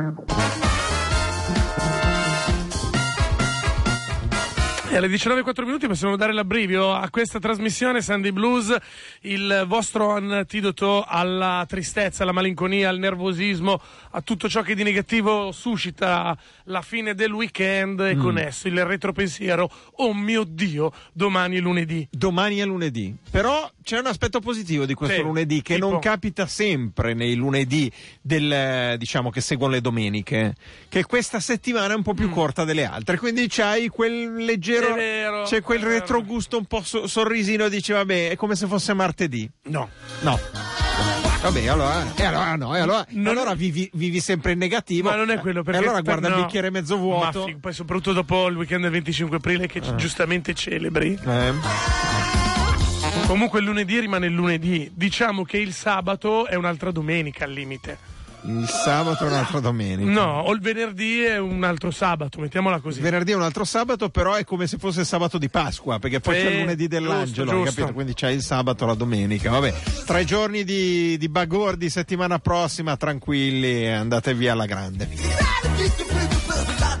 Eh, E alle 19.04 minuti possiamo dare l'abbrivio a questa trasmissione Sandy Blues, il vostro antidoto alla tristezza, alla malinconia, al nervosismo, a tutto ciò che di negativo suscita la fine del weekend Mm. e con esso il retropensiero. Oh mio Dio, domani è lunedì. Domani è lunedì, però c'è un aspetto positivo di questo Sì, lunedì che tipo? non capita sempre nei lunedì del, eh, diciamo che seguono le domeniche, che questa settimana è un po' più corta delle altre, quindi c'hai quel leggero, Mm. È vero, c'è quel è vero. retrogusto un po' so- sorrisino, dici vabbè, è come se fosse martedì. No. No. Vabbè, allora, e allora no, e allora, Non- e allora vivi, vivi sempre in negativo. Ma non è quello perché E eh, allora per- guarda no. il bicchiere mezzo Ma vuoto. fi- poi soprattutto dopo il weekend del 25 aprile che ci- giustamente celebri. Eh. Comunque il lunedì rimane il lunedì. Diciamo che il sabato è un'altra domenica al limite. Il sabato è un'altra domenica. No, o il venerdì è un altro sabato, mettiamola così. Venerdì è un altro sabato, però è come se fosse il sabato di Pasqua, perché poi Sì, c'è il lunedì giusto, dell'angelo, hai giusto. capito? Quindi c'è il sabato, la domenica. Vabbè, tre giorni di, di bagordi, settimana prossima, tranquilli, andate via alla grande.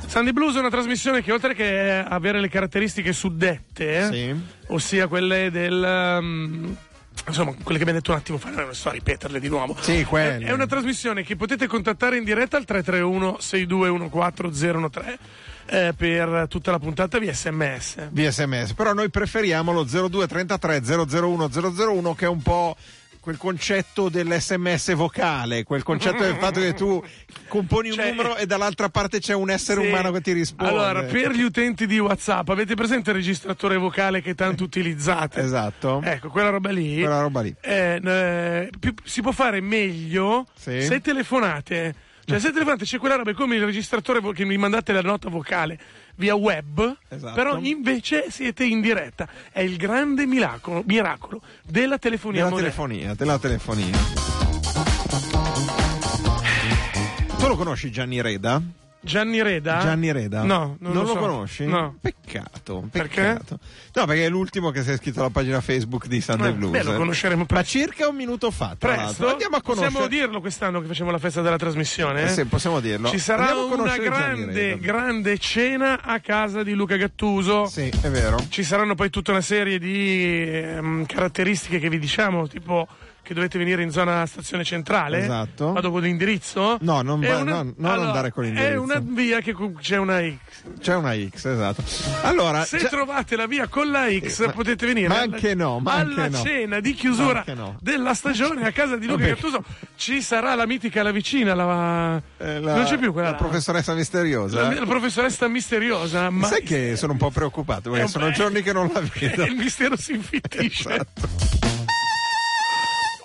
Sandy Blues è una trasmissione che oltre che avere le caratteristiche suddette, eh, Sì. ossia quelle del... um, Insomma, quelle che abbiamo detto un attimo fa, non sto a ripeterle di nuovo. Sì, quelle. È, è una trasmissione che potete contattare in diretta al 331-6214013 eh, per tutta la puntata via sms. Di sms, però noi preferiamo lo 0233 001 001 che è un po' quel concetto dell'SMS vocale, quel concetto del fatto che tu componi un Cioè- numero e dall'altra parte c'è un essere Sì. umano che ti risponde. Allora, per gli utenti di WhatsApp, avete presente il registratore vocale che tanto utilizzate? Eh, Esatto. Ecco, quella roba lì. Quella roba lì. eh, eh, più- si può fare meglio Sì. se telefonate. Cioè, se telefonate c'è quella roba è come il registratore vo- che mi mandate la nota vocale via web, Esatto. però invece siete in diretta. È il grande miracolo, miracolo della telefonia Della moderna. telefonia, della telefonia. Tu lo conosci Gianni Reda? Gianni Reda? Gianni Reda? Ah? No, non, lo, so. conosci? No. Peccato, Perché? peccato. No, perché è l'ultimo che si è iscritto alla pagina Facebook di Sunday Eh, Blues. beh, lo conosceremo Ma presto. circa un minuto fa, tra l'altro. Presto, Andiamo a conoscere. possiamo dirlo quest'anno che facciamo la festa della trasmissione? Eh sì, possiamo dirlo. Ci sarà Andiamo a una conoscere Gianni grande, Reda. grande cena a casa di Luca Gattuso. Sì, è vero. Ci saranno poi tutta una serie di ehm, caratteristiche che vi diciamo, tipo che dovete venire in zona stazione centrale. Esatto. Vado con l'indirizzo? No, non È va- no, non andare con È l'indirizzo. una via che cu- c'è una X. C'è una X, esatto. Allora, Se già- trovate la via con la X ma- potete venire ma alla- anche no, ma alla anche no. cena di Ma chiusura anche no. della stagione a casa di Luca Vabbè. Gattuso. Ci sarà la mitica la vicina, la... eh, la, non c'è più quella la là. professoressa misteriosa. La, la professoressa misteriosa, ma Sai che sono un po' preoccupato Eh, perché sono beh. giorni che non la vedo. il mistero si infittisce. Esatto.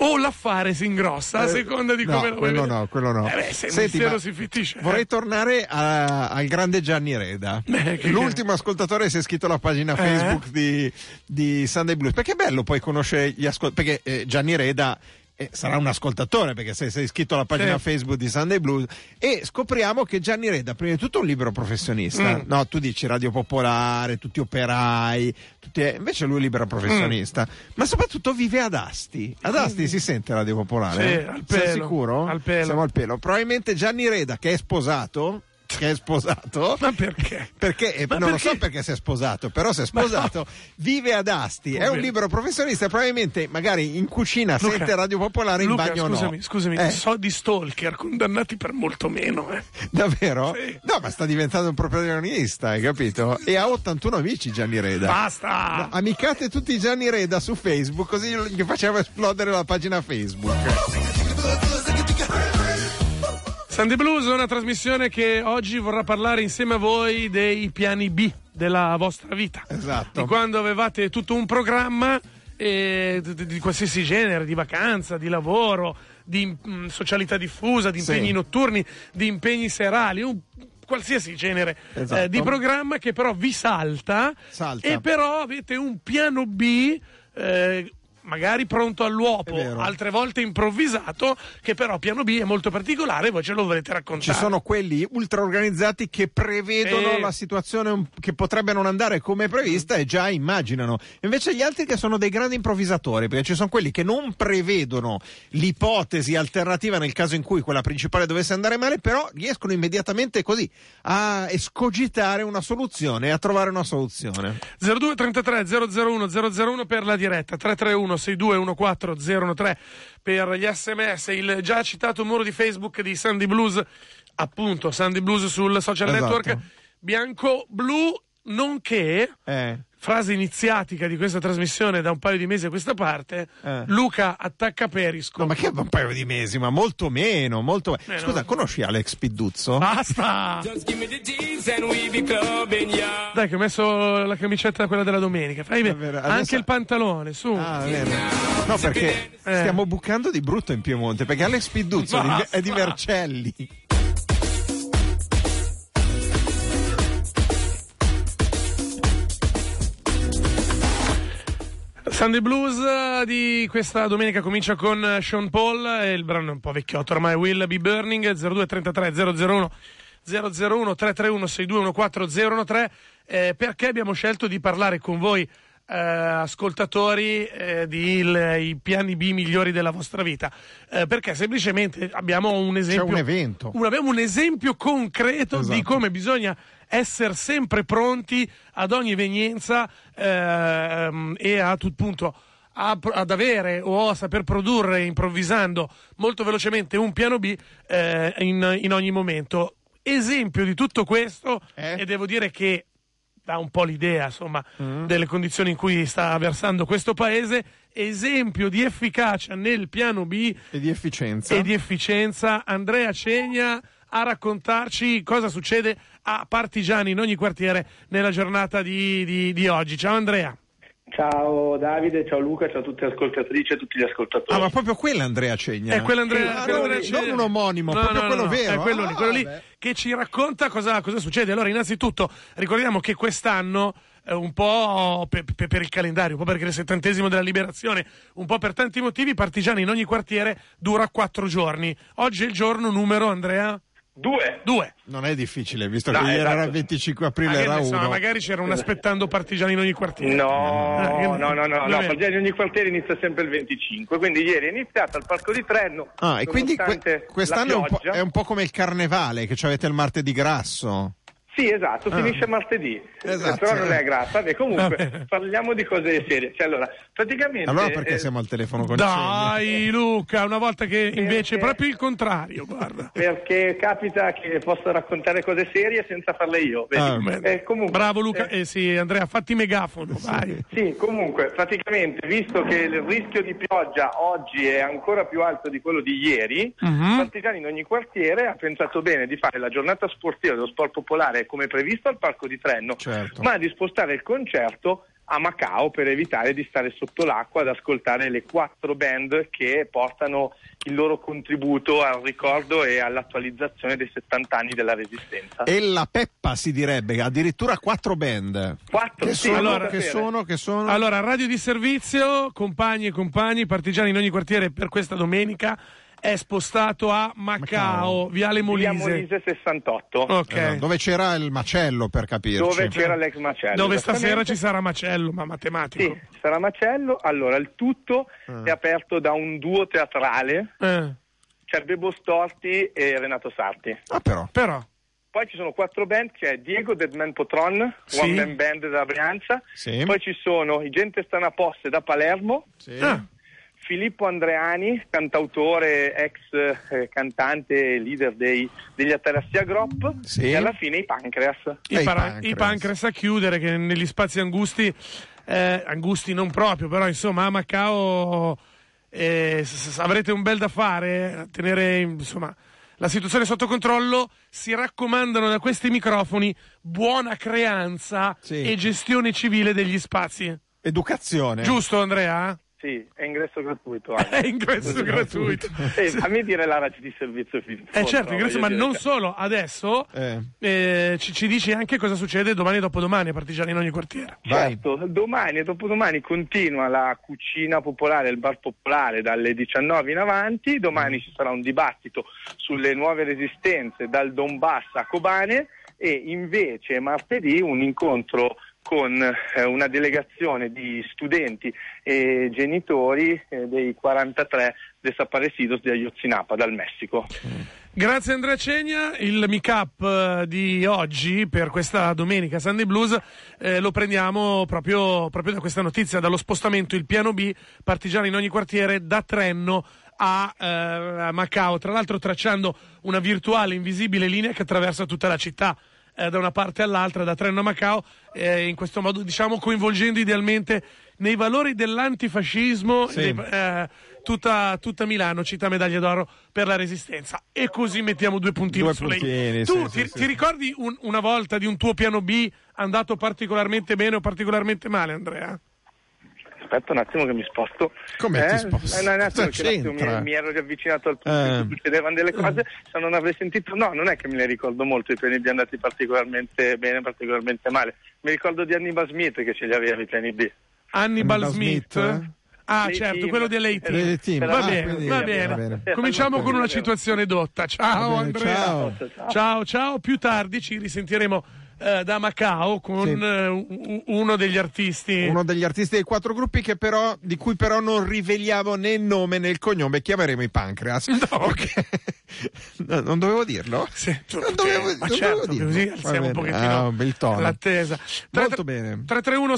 O l'affare si ingrossa a Eh, seconda di no, come lo quello vede. no, quello no. Eh beh, se il Senti, mistero ma si infittisce. eh. Vorrei tornare a- al grande Gianni Reda. Beh, Eh, che- Eh? L'ultimo ascoltatore si è iscritto alla pagina Facebook di, di Sunday Blues. Perché è bello poi conoscere gli ascoltatori. Perché eh, Gianni Reda. eh, Sarà un ascoltatore perché se sei iscritto alla pagina Sì. Facebook di Sunday Blues e scopriamo che Gianni Reda, prima di tutto, è un libero professionista. Mm. No, tu dici radio popolare, tutti operai, tutti- eh, invece lui è libero professionista. Mm. Ma soprattutto vive ad Asti. Ad Asti si sente radio popolare? Sì, al Eh? Sei pelo, sicuro? al pelo. Siamo al pelo. Probabilmente Gianni Reda, che è sposato, che è sposato. Ma perché? Perché, eh, Ma non perché? lo so perché si è sposato, però si è sposato, vive ad Asti, è un Povero. libero professionista, probabilmente magari in cucina Luca, sente Radio Popolare, in Luca, bagno scusami, no. Scusami, Eh, so di stalker condannati per molto meno. eh. davvero? Sì. No, ma sta diventando un professionista, hai capito? E ha 81 amici Gianni Reda. Basta! Amicate tutti Gianni Reda su Facebook, così gli facciamo esplodere la pagina Facebook. Sunday Blues è una trasmissione che oggi vorrà parlare insieme a voi dei piani B della vostra vita. Esatto. Di quando avevate tutto un programma eh, di, di- di qualsiasi genere, di vacanza, di lavoro, di mm, socialità diffusa, di Sì. impegni notturni, di impegni serali, un qualsiasi genere eh, Esatto. di programma che però vi salta, Salta. e però avete un piano B eh, magari pronto È all'uopo, vero. altre volte improvvisato, che però piano B è molto particolare, voi ce lo volete Ci raccontare. sono quelli ultra organizzati che prevedono Sì. la situazione un- che potrebbe non andare come prevista e già immaginano. Invece gli altri che sono dei grandi improvvisatori, perché ci sono quelli che non prevedono l'ipotesi alternativa nel caso in cui quella principale dovesse andare male, però riescono immediatamente così a escogitare una soluzione e a trovare una soluzione. 02 33 001 001 per la diretta 331 62 14 013 per gli sms il già citato muro di facebook di Sandy Blues appunto Sandy Blues sul social Esatto. network bianco blu nonché Eh. frase iniziatica di questa trasmissione da un paio di mesi a questa parte Eh. Luca attacca Perisco No, ma che un paio di mesi, ma molto meno, molto Eh, no. Scusa, conosci Alex Pidduzzo? basta Just give me the G's and we be clubbing, yeah. dai che ho messo la camicetta quella della domenica fai bene. Davvero, adesso- anche il pantalone su Ah, vero. No, perché stiamo bucando di brutto in Piemonte, perché Alex Pidduzzo è di- Eh. Basta. è di Vercelli. Sunday Blues eh, di questa domenica comincia con eh, Sean Paul e il brano è un po' vecchiotto ormai Will Be Burning 0233 001 001 331 6214013 eh, perché abbiamo scelto di parlare con voi eh, ascoltatori eh, di il- i piani B migliori della vostra vita Eh, perché semplicemente abbiamo un esempio un evento. un- abbiamo un esempio concreto di Esatto. come bisogna essere sempre pronti ad ogni evenienza ehm, e a tutto punto a pro- ad avere o a saper produrre improvvisando molto velocemente un piano B eh, in, in ogni momento. Esempio di tutto questo, Eh? e devo dire che dà un po' l'idea insomma, Mm. delle condizioni in cui sta versando questo paese, esempio di efficacia nel piano B E di efficienza. e di efficienza. Andrea Cegna a raccontarci cosa succede a Partigiani in ogni quartiere nella giornata di, di- di oggi. Ciao Andrea. Ciao Davide, ciao Luca, ciao a tutte le ascoltatrici e a tutti gli ascoltatori. Ah, ma proprio quella Andrea Cegna. È quell'Andrea, Ah, quell'Andrea non, Cegna. non un omonimo, No, proprio no, quello no, vero. È quello lì, Ah, quello lì vabbè. che ci racconta cosa, cosa succede. Allora, innanzitutto, ricordiamo che quest'anno eh, un po' pe- pe- per il calendario, un po' perché è il settantesimo della liberazione, un po' per tanti motivi, Partigiani in ogni quartiere dura quattro giorni. Oggi è il giorno numero, Andrea? Due! Due. Non è difficile, visto No, che ieri esatto. era il 25 aprile, Ma che era ne so, uno. magari c'era un aspettando partigiani in ogni quartiere. Ah, Eh, No, no, io- no, no, no, Vabbè. perché in ogni quartiere inizia sempre il 25, quindi ieri è iniziata al Parco di Trenno. Ah, e quindi que- nonostante la quest'anno è un, po', pioggia. è un po' come il carnevale che avete il martedì grasso. Sì, esatto, finisce martedì, Ah. Esatto. Ah. però non è grassa. Beh, Vabbè. comunque, parliamo di cose serie. Cioè, allora, praticamente... Allora perché eh, siamo al telefono con Cegna? Dai Luca, una volta che invece Perché- è proprio il contrario, guarda. Eh, Perché capita che posso raccontare cose serie senza farle io. vedi? Ah, beh. Eh, comunque, Bravo Luca, eh, eh, sì Andrea, fatti megafono, vai. Sì, comunque, praticamente, visto che il rischio di pioggia oggi è ancora più alto di quello di ieri, Mhm. Partigiani in ogni quartiere ha pensato bene di fare la giornata sportiva dello sport popolare come previsto al Parco di Trenno, Certo. ma di spostare il concerto a Macao per evitare di stare sotto l'acqua ad ascoltare le quattro band che portano il loro contributo al ricordo e all'attualizzazione dei 70 anni della Resistenza. E la Peppa si direbbe, addirittura quattro band. Quattro, Che sì, sono, allora- che sono, che sono. Allora, radio di servizio, compagni e compagni, partigiani in ogni quartiere per questa domenica è spostato a Macao, Macao. Viale Via Molise. Molise 68. Ok. Eh, Dove c'era il macello per capirci? Dove c'era l'ex macello? Dove stasera esattamente. ci sarà Macello, ma matematico. Sì, sarà Macello. Allora, il tutto Ah. è aperto da un duo teatrale, Eh, c'è Bebo Storti e Renato Sarti. Ah, però. però, Poi ci sono quattro band, c'è Diego Deadman Potron, Sì. One Man Band da Brianza. Sì. Poi ci sono i Gente Stana Posse da Palermo, Sì. Ah, Filippo Andreani, cantautore, ex eh, cantante e leader dei- degli Atarassia Group. Sì. E alla fine i Pancreas. i, E i para- pancreas. i pancreas a chiudere che negli spazi angusti eh, angusti non proprio però insomma a Macao eh, s- s- avrete un bel da fare a tenere insomma la situazione sotto controllo si raccomandano da questi microfoni buona creanza Sì. Eh. e gestione civile degli spazi Educazione. giusto Andrea? Sì, è ingresso gratuito. È ingresso gratuito. Sì, Eh, a me dire l'araci di servizio film. Eh certo, ingresso, ma non cioè, solo, adesso Eh. eh, ci, ci dici anche cosa succede domani e dopodomani a Partigiani in ogni quartiere. Vai. Certo, domani e dopodomani continua la cucina popolare, il bar popolare dalle 19 in avanti, Mm. domani ci sarà un dibattito sulle nuove resistenze dal Donbass a Kobane e invece martedì un incontro con eh, una delegazione di studenti e genitori eh, dei 43 desaparecidos di Ayotzinapa dal Messico. Grazie Andrea Cegna, il mic up eh, di oggi per questa domenica Sunday Blues eh, lo prendiamo proprio, proprio da questa notizia, dallo spostamento il piano B, partigiani in ogni quartiere, da Trenno a, eh, a Macao, tra l'altro tracciando una virtuale invisibile linea che attraversa tutta la città. eh, da una parte all'altra, da Trenno a Macao, eh, in questo modo diciamo coinvolgendo idealmente nei valori dell'antifascismo Sì. dei- eh, tutta, tutta Milano, città medaglia d'oro per la resistenza. E così mettiamo due puntini Due sulle i. puntini, Tu sì, ti, sì, ti sì. ricordi un- una volta di un tuo piano B andato particolarmente bene o particolarmente male, Andrea? Aspetta un attimo che mi sposto. Come ti Eh? sposti? Eh, no, un attimo, Cosa che un attimo c'entra? mi, mi ero riavvicinato al punto in Eh. cui succedevano delle cose, se non avrei sentito... No, non è che me ne ricordo molto, i piani B andati particolarmente bene, particolarmente male. Mi ricordo di Hannibal Smith che ce li aveva i piani B. Hannibal Hannibal Smith. Smith, eh? Ah, Lei certo, team. quello dell'AT. Eh, Lei team, Va, ah, bene, quindi- va va bene, bene. Cominciamo con una Certo, situazione dotta. Ciao Va bene, Andrea. ciao. Ciao, ciao. Più tardi ci risentiremo eh, da Macao con Sì. eh, u- uno degli artisti. Uno degli artisti dei quattro gruppi che però, di cui però non riveliamo né il nome né il cognome, chiameremo i Pancreas. Perché- No, non dovevo dirlo? Sì, tu- non dovevo, ma non certo, dovevo dirlo. così Va alziamo un bene. pochettino Ah, un bel tono. l'attesa. Molto bene. 331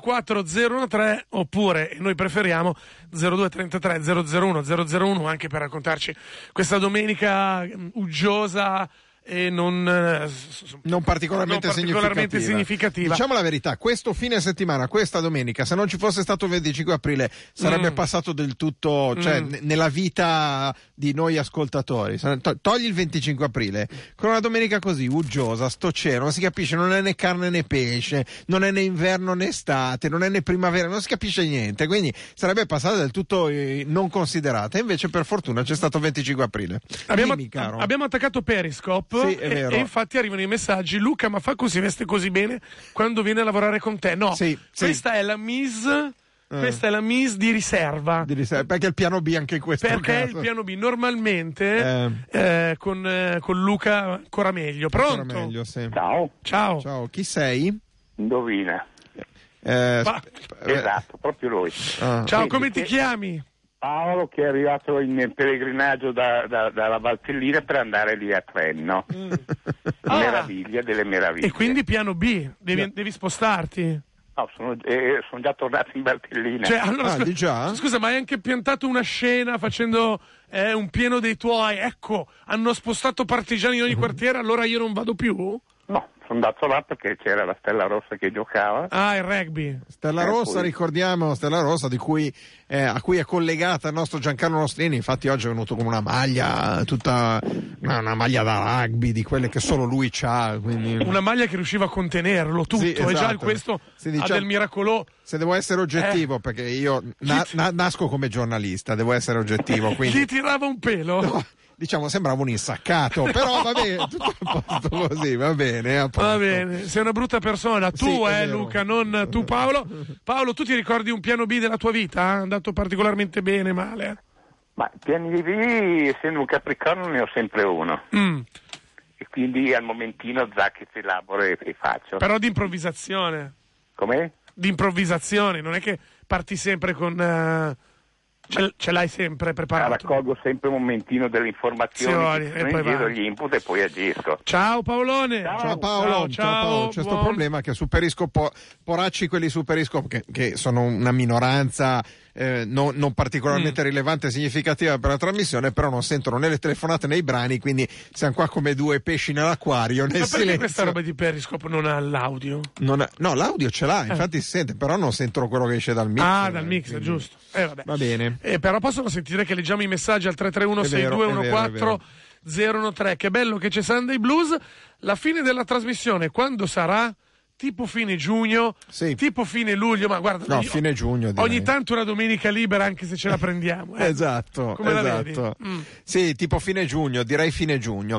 6214 013 oppure, e noi preferiamo, 0233 001 001 anche per raccontarci questa domenica mh, uggiosa e non... eh, s- s- Non particolarmente, non particolarmente significativa. Diciamo la verità, questo fine settimana, questa domenica, se non ci fosse stato il 25 aprile, sarebbe Mm. passato del tutto, cioè, Mm. ne- nella vita di noi ascoltatori. Sare- to- Togli il 25 aprile, con una domenica così, uggiosa, sto cielo, non si capisce, non è né carne né pesce, non è né inverno né estate, non è né primavera, non si capisce niente, quindi sarebbe passata del tutto eh, non considerata. Invece per fortuna c'è stato il 25 aprile. Abbiamo, Dimmi, caro. abbiamo attaccato Periscope Sì, è e, vero. e infatti arrivano i messaggi Luca ma Facco si veste così bene quando viene a lavorare con te no, Sì, sì. Eh. questa è la Miss questa è la Miss di riserva Di riserva, perché il piano B anche in questo perché caso. il piano B normalmente eh, con, eh, con Luca ancora meglio Ancora pronto? meglio, sì. Ciao, ciao, Ciao, chi sei? indovina. Eh, Ma- sp- eh, Esatto, proprio lui. ah, Ciao, Sì, come ti perché- chiami? Paolo che è arrivato in pellegrinaggio da- da- dalla Valtellina per andare lì a Trenno. Ah. Meraviglia delle meraviglie. e quindi piano B devi, devi spostarti No, sono, eh, sono già tornato in Valtellina. Cioè, allora, Ah, scu- di già? Scusa, ma hai anche piantato una scena facendo eh, un pieno dei tuoi. Ecco, hanno spostato partigiani in ogni Mhm. quartiere, allora io non vado più? No, sono andato là perché c'era la Stella Rossa che giocava. Ah, il rugby. Stella Eh, Rossa, poi- ricordiamo Stella Rossa di cui, eh, a cui è collegata il nostro Giancarlo Nostrini, infatti oggi è venuto con una maglia, tutta una, una maglia da rugby, di quelle che solo lui ha. Quindi... Una maglia che riusciva a contenerlo tutto. Sì, E già esatto. il questo Sì, diciamo- ha del miracolo. Se devo essere oggettivo, Eh. perché io na- na- nasco come giornalista, devo essere oggettivo, Gli quindi tirava un pelo. diciamo sembrava un insaccato, però va bene, tutto a posto così, va bene. a posto. Va bene, sei una brutta persona. Tu, Sì, è eh, vero. Luca, non tu, Paolo. Paolo, tu ti ricordi un piano B della tua vita? È andato particolarmente bene, male? Ma piani lì, essendo un Capricorno, ne ho sempre uno. Mm, E quindi al momentino Zacchi si elaboro e, e faccio. però di improvvisazione. Com'è? di improvvisazione, non è che parti sempre con. eh, ce, ce l'hai sempre Ah, preparato. raccolgo sempre un momentino delle informazioni, Sì, che e sono poi in giro vai. gli input e poi agisco. Ciao Paolone! Ciao Paolo, ciao, Paolo. c'è questo buon- problema che su Periscope, poracci quelli su Periscope che, che sono una minoranza eh, non, non Mm. particolarmente rilevante e significativa per la trasmissione, però non sentono né le telefonate né i brani, quindi siamo qua come due pesci nell'acquario, nel Ma perché silenzio. questa roba di Periscope non ha l'audio? Non è- no, l'audio ce l'ha, infatti si sente, però non sentono quello che esce dal mix. Eh. ah, dal mix, Quindi- giusto. Eh, vabbè. Va bene. Eh, però possono sentire che leggiamo i messaggi al È vero, è vero, è 331-6214-013. Che bello che c'è Sunday Blues. La fine della trasmissione, quando sarà? tipo fine giugno, Sì. tipo fine luglio, ma guarda, No, ogni- fine giugno, direi. Ogni tanto una domenica libera anche se ce la prendiamo. eh. Esatto, Come la vedi? esatto. Mm. Sì, tipo fine giugno, direi fine giugno.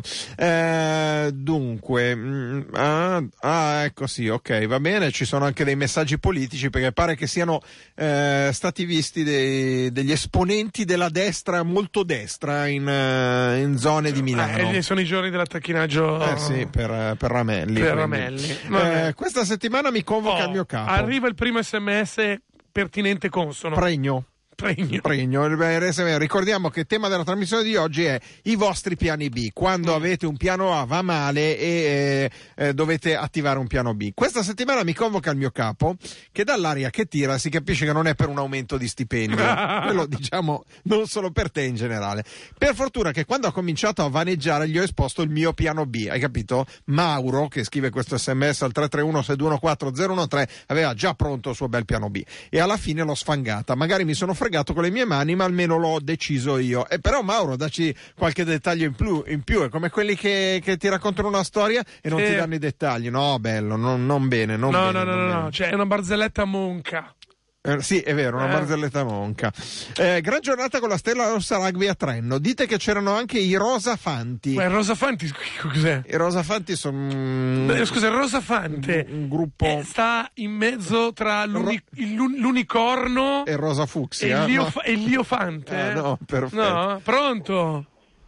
Eh, dunque, mm, ah, ah, ecco sì, ok, va bene, ci sono anche dei messaggi politici perché pare che siano eh, stati visti dei- degli esponenti della destra, molto destra, in, eh, in zone di Milano. Eh, sono i giorni dell'attacchinaggio. Eh sì, per, eh, per Ramelli. Per quindi. Ramelli, vabbè. Eh, questa settimana mi convoca Oh, il mio capo. Arriva il primo sms pertinente consono. Pregno. Pregno. Pregno. RSM. Ricordiamo che il tema della trasmissione di oggi è i vostri piani B. Quando avete un piano A va male e eh, eh, dovete attivare un piano B. Questa settimana mi convoca il mio capo che dall'aria che tira si capisce che non è per un aumento di stipendio. Quello diciamo non solo per te in generale. Per fortuna che quando ha cominciato a vaneggiare gli ho esposto il mio piano B. Hai capito? Mauro che scrive questo sms al 331 614 013 aveva già pronto il suo bel piano B e alla fine l'ho sfangata. Magari mi sono fregato con le mie mani, ma almeno l'ho deciso io. E però, Mauro, dacci qualche dettaglio in più. In più. È come quelli che, che ti raccontano una storia e non Sì. ti danno i dettagli. No, bello, non, non bene. Non No, bene, no, no, non no, bene. no, cioè è una barzelletta monca. Eh, sì, è vero, una Eh. barzelletta monca. Eh, gran giornata con la Stella Rossa Rugby a Trenno. Dite che c'erano anche i Rosafanti. Ma il Rosafanti che cos'è? I Rosafanti sono. Eh, Scusa, il Rosafante Eh, Un- un gruppo- eh, sta in mezzo tra l'uni- il lu- l'unicorno E Rosa Fuxi. e, il eh? liof- No. e il liofante. Ah, eh. no, perfetto. Oh, No, pronto?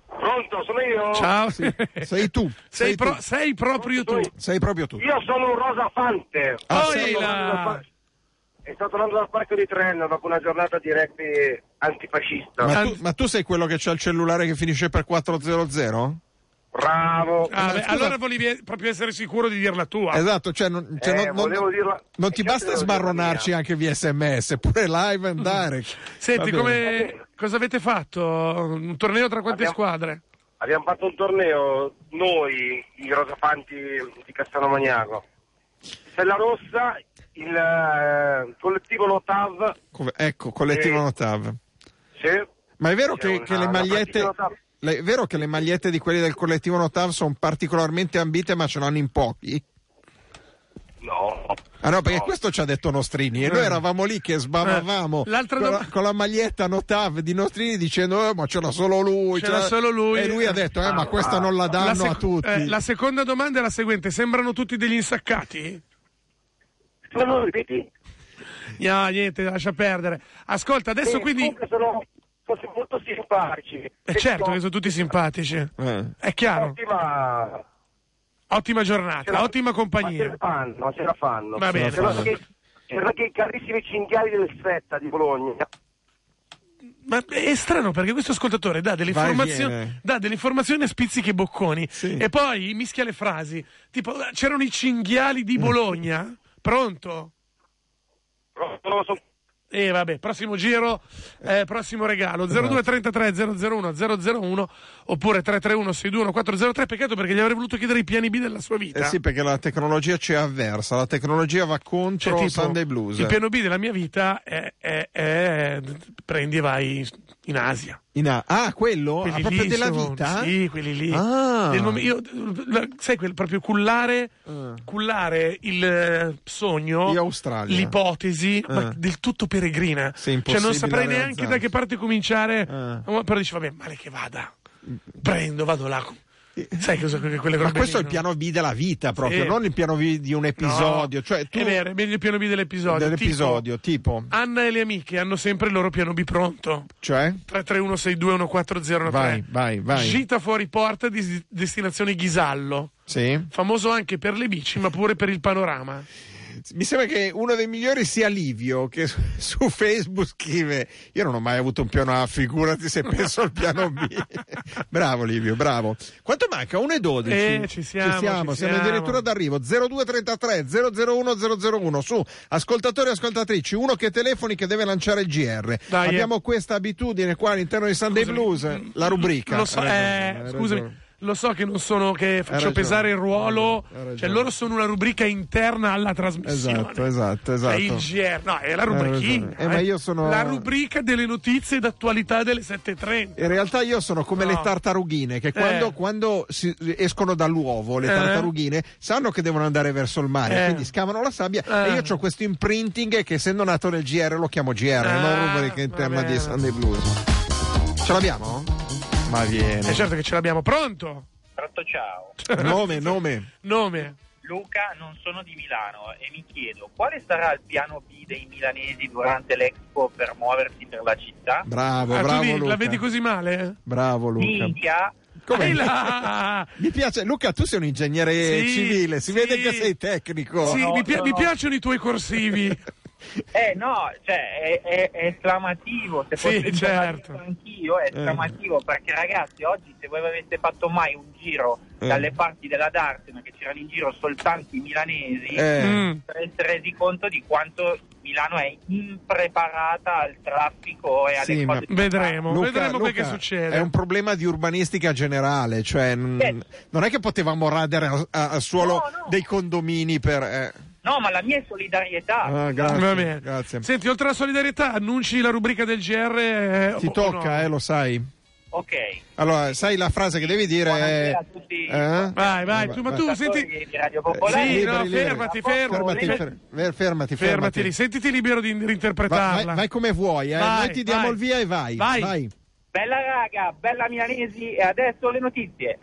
Pronto, sono io. Ciao. Sì, sei tu, Sei, sei pro- tu. sei proprio tu. Sei proprio tu. Io sono un rosafante. Ah, Sto sì, tornando la- dal par- E sto tornando dal parco di Trenno dopo una giornata di rugby antifascista. Ma, An- tu, ma tu sei quello che c'ha il cellulare che finisce per 400? Bravo. Ah, beh, scusa. allora volevi e- proprio essere sicuro di dirla tua. Esatto, cioè non, cioè Eh, non- non- volevo dirla- non ti Eh, basta certo, devo smarronarci dirla anche via sms, pure live and direct. Senti, Va bene. come, cosa avete fatto? Un torneo tra quante Abbiamo- squadre? Abbiamo fatto un torneo noi, i Rosafanti di Castano Magnaco. Stella Rossa, il eh, collettivo Lotav. Come- Ecco, collettivo Eh. Notav. Sì. Ma è vero C'è che, una- che le una magliette... partita Notav. le- è vero che le magliette di quelli del collettivo Notav sono particolarmente ambite, ma ce l'hanno in pochi? No. Ah no, perché questo ci ha detto Nostrini e noi eravamo lì che sbavavamo Eh, l'altra con, la, dom- con la maglietta Notav di Nostrini dicendo "Eh, ma ce l'ha solo lui. Ce ce l'ha l'ha-". solo lui. E lui ha detto eh, ma questa non la danno La sec- a tutti. eh, la seconda domanda è la seguente: sembrano tutti degli insaccati? No, no, ripeti. No, niente, lascia perdere. Ascolta, adesso Sì, quindi. Eh, comunque sono, sono molto simpatici. Eh, certo che sono tutti simpatici. Eh. È chiaro. Ottima... Ottima giornata, ottima Ma ce compagnia. la fanno, ma ce la fanno. Va bene. C'erano anche, c'erano anche i carissimi cinghiali del Setta di Bologna. Ma è strano perché questo ascoltatore dà delle Vai e informazioni, viene. dà delle informazioni a spizzichi e bocconi Sì. e poi mischia le frasi. Tipo, c'erano i cinghiali di Bologna? Pronto? Però sono- sono- E vabbè, prossimo giro, eh, prossimo regalo 0233 001 001 oppure 331 621 403. Peccato perché gli avrei voluto chiedere i piani B della sua vita. Eh sì, perché la tecnologia ci avversa, la tecnologia va Cioè, contro tipo, Sunday Blues. Il piano B della mia vita è, è- è- prendi e vai in Asia. In a- ah, quello? Ah, Quelli proprio lì della sono- vita? Sì, quelli lì. Ah. Nel mom- io, la- sai, quel, proprio cullare, Ah. cullare il eh, sogno, Di Australia. l'ipotesi, ma Ah. del tutto peregrina. Sì, cioè, non impossibile saprei da neanche da realizzare. che parte cominciare. Ah. Mm. Ma- Però dici, vabbè, male che vada. Prendo, vado là. Sai cosa quelle Eh. Ma robe questo è lì, il no? piano B della vita proprio, Sì. non il piano B di un episodio. No, Cioè, tu È vero, è meglio il piano B dell'episodio. dell'episodio, tipo, Tipo, Anna e le amiche hanno sempre il loro piano B pronto. cioè? 3316214013. Vai, vai, vai. Gita fuori porta di destinazione Ghisallo. Sì. Famoso anche per le bici, ma pure per il panorama. Mi sembra che uno dei migliori sia Livio che su- su Facebook scrive: Io non ho mai avuto un piano A, figurati se penso al piano B. bravo Livio, bravo. Quanto manca? 1,12. Eh, ci siamo, Ci siamo, ci siamo siamo. addirittura d'arrivo. 0233 001 001. Su, ascoltatori e ascoltatrici, uno che telefoni che deve lanciare il GR. Dai, eh. Abbiamo questa abitudine qua all'interno di Sunday Blues, la rubrica. Lo so, Hai ragione, eh, hai scusami. ragione. Lo so che non sono, che faccio ragione, pesare il ruolo, hai ragione. cioè loro sono una rubrica interna alla trasmissione. Esatto, esatto, esatto. È il GR, no, è la rubrichina. ragione. Eh, ma io sono- La rubrica delle notizie d'attualità delle 7.30. In realtà io sono come No. le tartarughine che quando, Eh. quando si- escono dall'uovo le Eh. tartarughine sanno che devono andare verso il mare, Eh. quindi scavano la sabbia Eh. e io ho questo imprinting che essendo nato nel GR lo chiamo GR, Ah, non rubrica va interna bene. di Sunday Blues. Ce l'abbiamo? Ma È viene. certo che ce l'abbiamo. Pronto? Pronto, ciao. cioè, Nome, nome. Nome. Luca, non sono di Milano e mi chiedo quale sarà il piano B dei milanesi durante l'Expo per muoversi per la città? Bravo, Ah, tu bravo di- Luca. la vedi così male? Bravo Luca. Minchia, Come? Ehi là! Mi piace, Luca, tu sei un ingegnere Sì, Eh, civile, sì. si vede che sei tecnico. Sì, no, mi, pi- no, mi no. piacciono i tuoi corsivi. eh no, cioè è, è, è esclamativo, se Sì, fosse il certo. giornalista anch'io è esclamativo perché ragazzi oggi se voi aveste fatto mai un giro Eh. dalle parti della Darsena che c'erano in giro soltanto i milanesi, Eh. Mm. sareste resi conto di quanto Milano è impreparata al traffico e alle Sì, ma cose che Vedremo. Luca, Vedremo poi Luca, che succede. È un problema di urbanistica generale, cioè n- Yes. non è che potevamo radere a- a- al suolo No, no. dei condomini per... eh. No, ma la mia è solidarietà. Ah, Va grazie, bene. grazie. Senti, oltre alla solidarietà, annunci la rubrica del GR. eh, Ti o- o tocca, no? eh, lo sai. Ok. Allora, sai la frase che devi dire? eh, Buonasera è- a tutti. Vai, vai, tu, ma tu senti. Di Radio Sì, Popolare. no, fermati, fermati. fermati, fer- fer- fermati, Fermati fermati. lì, sentiti libero di di Va- Vai, reinterpretarla. vai come vuoi, eh. Vai, noi ti diamo vai. il via e vai. Vai. vai. Bella raga, bella milanesi e adesso le notizie.